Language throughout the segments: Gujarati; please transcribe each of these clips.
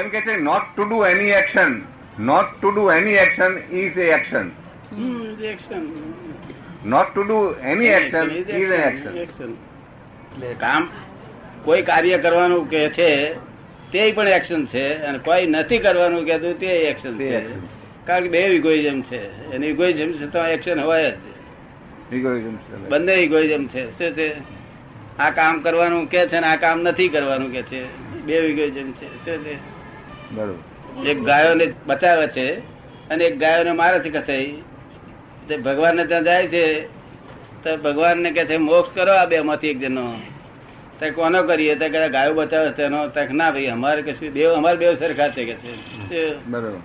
એમ કે છે not to do any action not to do any action is a action not to do any action is an action એટલે કામ કોઈ કાર્ય કરવાનું કે છે તે પણ એક્શન છે અને કોઈ નથી કરવાનું કહેતું તે એક્શન તે છે action. કારણ કે બે ઇગોઇઝમ છે અને ઇગોઇઝમ છતાં એક્શન હોય જ બંને ઇગોઇઝમ છે શું છે આ કામ કરવાનું કે છે ને આ કામ નથી કરવાનું કે છે બે ઇગોઇઝમ છે શું છે બરોબર એક ગાયોને બચાવે છે અને એક ગાયોને મારે છે કથાઈ તે ભગવાનને ત્યાં જાય છે તો ભગવાનને કહે છે મોક્ષ કરો આ બેમાંથી એક જણનો તો કોનો કરીએ તો કહે ગાયો બચાવે છે તેનો તો કહે, ના ભાઈ અમારે કશું બે અમારે બે સરખા છે કે છે તે બરોબર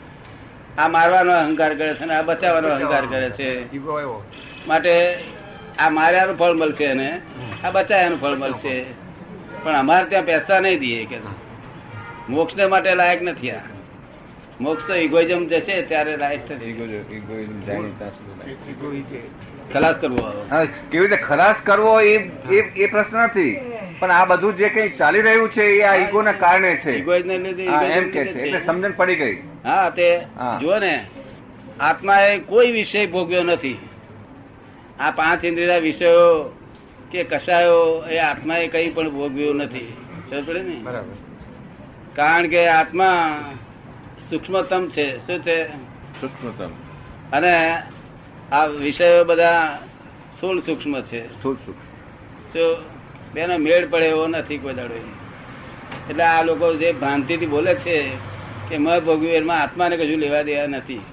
આ મારવાનો અહંકાર કરે છે અને આ બચાવવાનો અહંકાર કરે છે માટે આ માર્યાનું ફળ મળશે અને આ બચાવ્યાનું ફળ મળશે પણ અમારે ત્યાં પૈસા નહીં દઈએ કે મોક્ષને માટે લાયક નથી આ મોક્ષ તો ઇગોઇઝમ જશે ત્યારે લાયક થશે ખલાસ કરવો આવો. હા, કેવી રીતે ખલાસ કરવો એ એ- એ પ્રશ્ન નથી પણ આ બધું જે કઈ ચાલી રહ્યું છે એ આ ઈગો ના કારણે છે Egoism ને લીધે હા, egoism એમ કે છે લીધે એટલે છે. સમજણ પડી ગઈ હા તે હા. જુઓ ને આત્માએ કોઈ વિષય ભોગ્યો નથી આ પાંચ ઇન્દ્રિયના વિષયો કે કશાયો એ આત્માએ કઈ પણ ભોગવ્યું નથી સમજ પડી ને બરાબર કારણ કે આત્મા સૂક્ષ્મતમ છે શું છે સૂક્ષ્મતમ અને આ વિષયો બધા સ્થૂળ સૂક્ષ્મ છે સ્થૂળ સૂક્ષ્મ તો બેનો મેળ પડે એવો નથી કોઈ દાડો એટલે આ લોકો જે ભ્રાંતિથી બોલે છે કે મ ભોગવ્યું એમાં આત્માને કશું લેવા દેવા નથી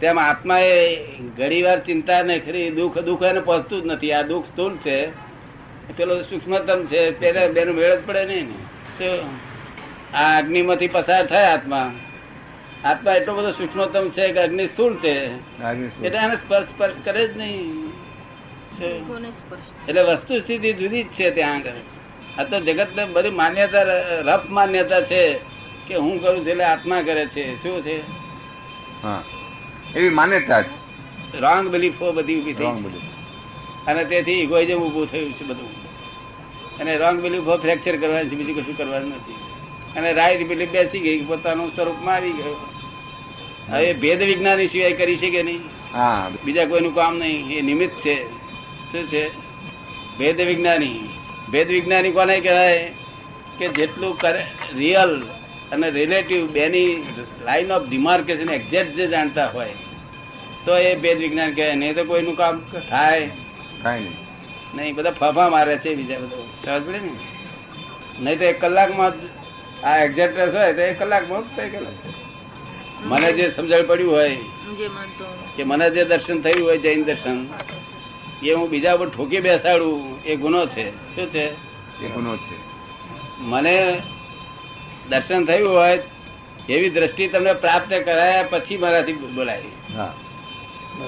તેમ આત્માએ ઘણી વાર ચિંતા ને ખરી દુઃખ દુઃખ એને પહોંચતું જ નથી આ દુઃખ સ્થૂળ છે પેલો સૂક્ષ્મતમ છે પેલા બેનો મેળ જ પડે નહીં ને તો આ અગ્નિમાંથી પસાર થાય આત્મા આત્મા એટલો બધો સૂક્ષ્મતમ છે કે અગ્નિ સ્થૂળ છે નાગરિક સૂક્ષ્મ. એટલે એને સ્પર્શ સ્પર્શ કરે જ નહીં છે. કોને સ્પર્શ એટલે વસ્તુ સ્થિતિ જુદી જ છે ત્યાં આગળ આ તો જગત ને બધી માન્યતા ર- રફ માન્યતા છે કે હું કરું છું એટલે આત્મા કરે છે શું છે હા એવી માન્યતા જ રોંગ બિલીફો બધી ઉભી થઈ Wrong છે. belief. અને તેથી ઇગોઇઝમ ઉભું થયું છે બધું અને રોંગ બિલીફો ફ્રેક્ચર કરવાની છે બીજું કશું કરવાનું નથી અને રાઈટ બિલીફ બેસી ગઈ પોતાનું સ્વરૂપમાં આવી ગયો હવે ભેદ વિજ્ઞાની સિવાય કરી છે કે નહીં હા બીજા કોઈનું કામ નહીં એ નિમિત્ત છે શું છે ભેદ વિજ્ઞાની ભેદ વિજ્ઞાની કોને કહેવાય કે જેટલું કરે રિયલ અને રિલેટિવ બેની લાઇન ઓફ ડિમાર્કેશન એક્ઝેક્ટ જે જાણતા હોય તો એ ભેદ વિજ્ઞાન કહેવાય નહીં તો કોઈનું કામ થાય કાંઈ નહીં નહીં બધા ફફા મારે છે બીજા બધા સમજ પડે ને નહીં તો એક કલાકમાં જ આ એક્ઝેક્ટ હોય તો એક કલાકમાં જ થઈ ગયેલો. મને જે સમજણ પડ્યું હોય જે માનતો કે મને જે દર્શન થયું હોય જૈન દર્શન એ હું બીજા પર ઠોકી બેસાડું એ ગુનો છે શું છે એ ગુનો છે મને દર્શન થયું હોય એવી દ્રષ્ટિ તમને પ્રાપ્ત કરાયા પછી મારાથી બોલાય હા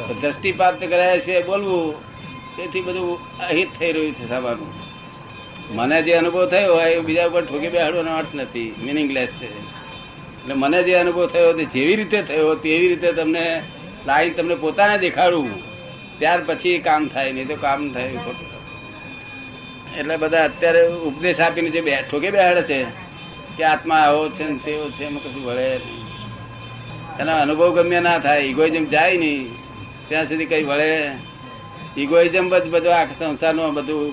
તો દ્રષ્ટિ પ્રાપ્ત કરાયા છે બોલવું તેથી બધું અહિત થઈ રહ્યું છે સામાનું મને જે અનુભવ થયો હોય એ બીજા ઉપર ઠોકી બેહાડવાનો અર્થ નથી મિનિંગલેસ છે એટલે મને જે અનુભવ થયો તે જેવી રીતે થયો તેવી રીતે તમને લાઈન તમને પોતાને દેખાડવું ત્યાર પછી કામ થાય નહીં તો કામ થાય ખોટું એટલે બધા અત્યારે ઉપદેશ આપીને જે બે ઠોકે બેહાડે છે કે આત્મા આવો છે ને તેવો છે એમાં કશું વળે નહીં એનો અનુભવ ગમ્ય ના થાય ઇગોઇઝમ જાય નહીં ત્યાં સુધી કઈ વળે ઇગોઇઝમ જ બધું આખા સંસારનું બધું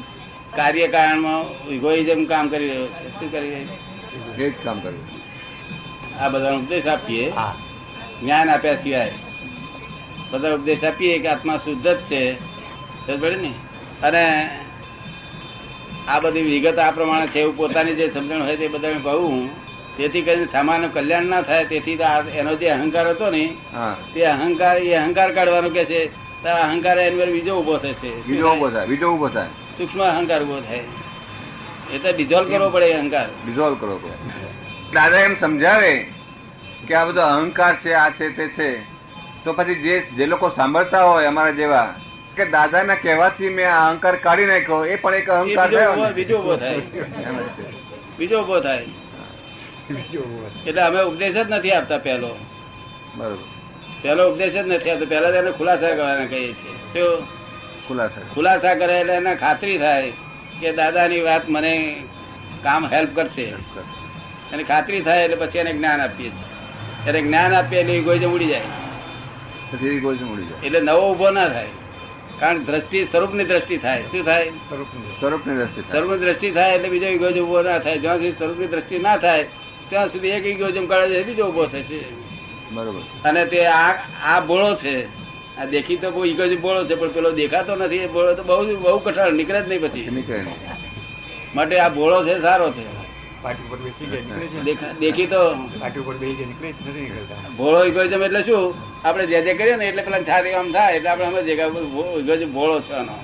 કાર્યકારણમાં ઇગોઇઝમ કામ કરી રહ્યો છે શું કરી રહ્યો છે? એ જ કામ કર્યું આ બધાનો ઉપદેશ આપીએ જ્ઞાન આપ્યા સિવાય બધા ઉપદેશ આપીએ કે આત્મા શુદ્ધ જ છે સમજ પડી ને અને આ બધી વિગત આ પ્રમાણે છે એવું પોતાની જે સમજણ હોય તે બધાને કહું તેથી કરીને સામાન્ય કલ્યાણ ના થાય તેથી તો આ એનો જે અહંકાર હતો ને હા તે અહંકાર એ અહંકાર કાઢવાનો કે છે તો આ અહંકાર એની પર બીજો ઉભો થશે બીજો ઉભો થાય બીજો ઉભો થાય સૂક્ષ્મ અહંકાર ઉભો થાય એ તો ડિઝોલ્વ કરવો પડે એ અહંકાર ડિઝોલ્વ કરો કે દાદા એમ સમજાવે કે આ બધો અહંકાર છે આ છે તે છે તો પછી જે જે લોકો સાંભળતા હોય અમારા જેવા કે દાદાના કહેવાથી મેં આ અહંકાર કાઢી નાખ્યો એ પણ એક એ અહંકાર બીજો થયો ને. ઉભો- બીજો ઉભો થાય એમ જ છે. બીજો ઉભો થાય એટલે અમે ઉપદેશ જ નથી આપતા પહેલો બરોબર પહેલો ઉપદેશ જ નથી આપતા પહેલા તો એને ખુલાસા કરવાના કહીએ છીએ જો ખુલાસા ખુલાસા કરે એટલે એને ખાતરી થાય કે દાદાની વાત મને કામ હેલ્પ કરશે અને ખાતરી થાય એટલે પછી એને જ્ઞાન આપીએ છીએ ત્યારે જ્ઞાન આપીએ એટલે ઇગોઇઝમ ઉડી જાય પછી egoism ઉડી જાય એટલે નવો ઉભો ના થાય કારણ કે દ્રષ્ટિ સ્વરૂપની દ્રષ્ટિ થાય શું થાય સ્વરૂપની દ્રષ્ટિ થાય. સ્વરૂપની દ્રષ્ટિ થાય એટલે બીજો ઇગોઇઝમ ઉભો ના થાય જ્યાં સુધી સ્વરૂપની દ્રષ્ટિ ના થાય ત્યાં સુધી એક ઇગોઇઝમ કાઢે છે બીજો ઉભો થશે બરોબર અને તે આ આ બોળો છે આ દેખી તો કોઈ ઇગોઇઝમ બોળો છે પણ પેલો દેખાતો નથી એ બોળો તો બહુ જ- બહુ કઠણ નીકળે જ નહીં પછી નીકળે નહીં. માટે આ બોળો છે સારો છે પાટી ઉપર બેસી ગયા નીકળે છે દેખા- દેખી તો પાટી ઉપર બેસી ગયા નીકળે છે નથી નીકળતા ભોળો ઇગોઇઝમ એટલે શું આપણે જે જે કરીએ ને એટલે પેલા છાતી આમ થાય એટલે આપણે સમજીએ કે આ ભો- ઇગોઇઝમ ભોળો છે આનો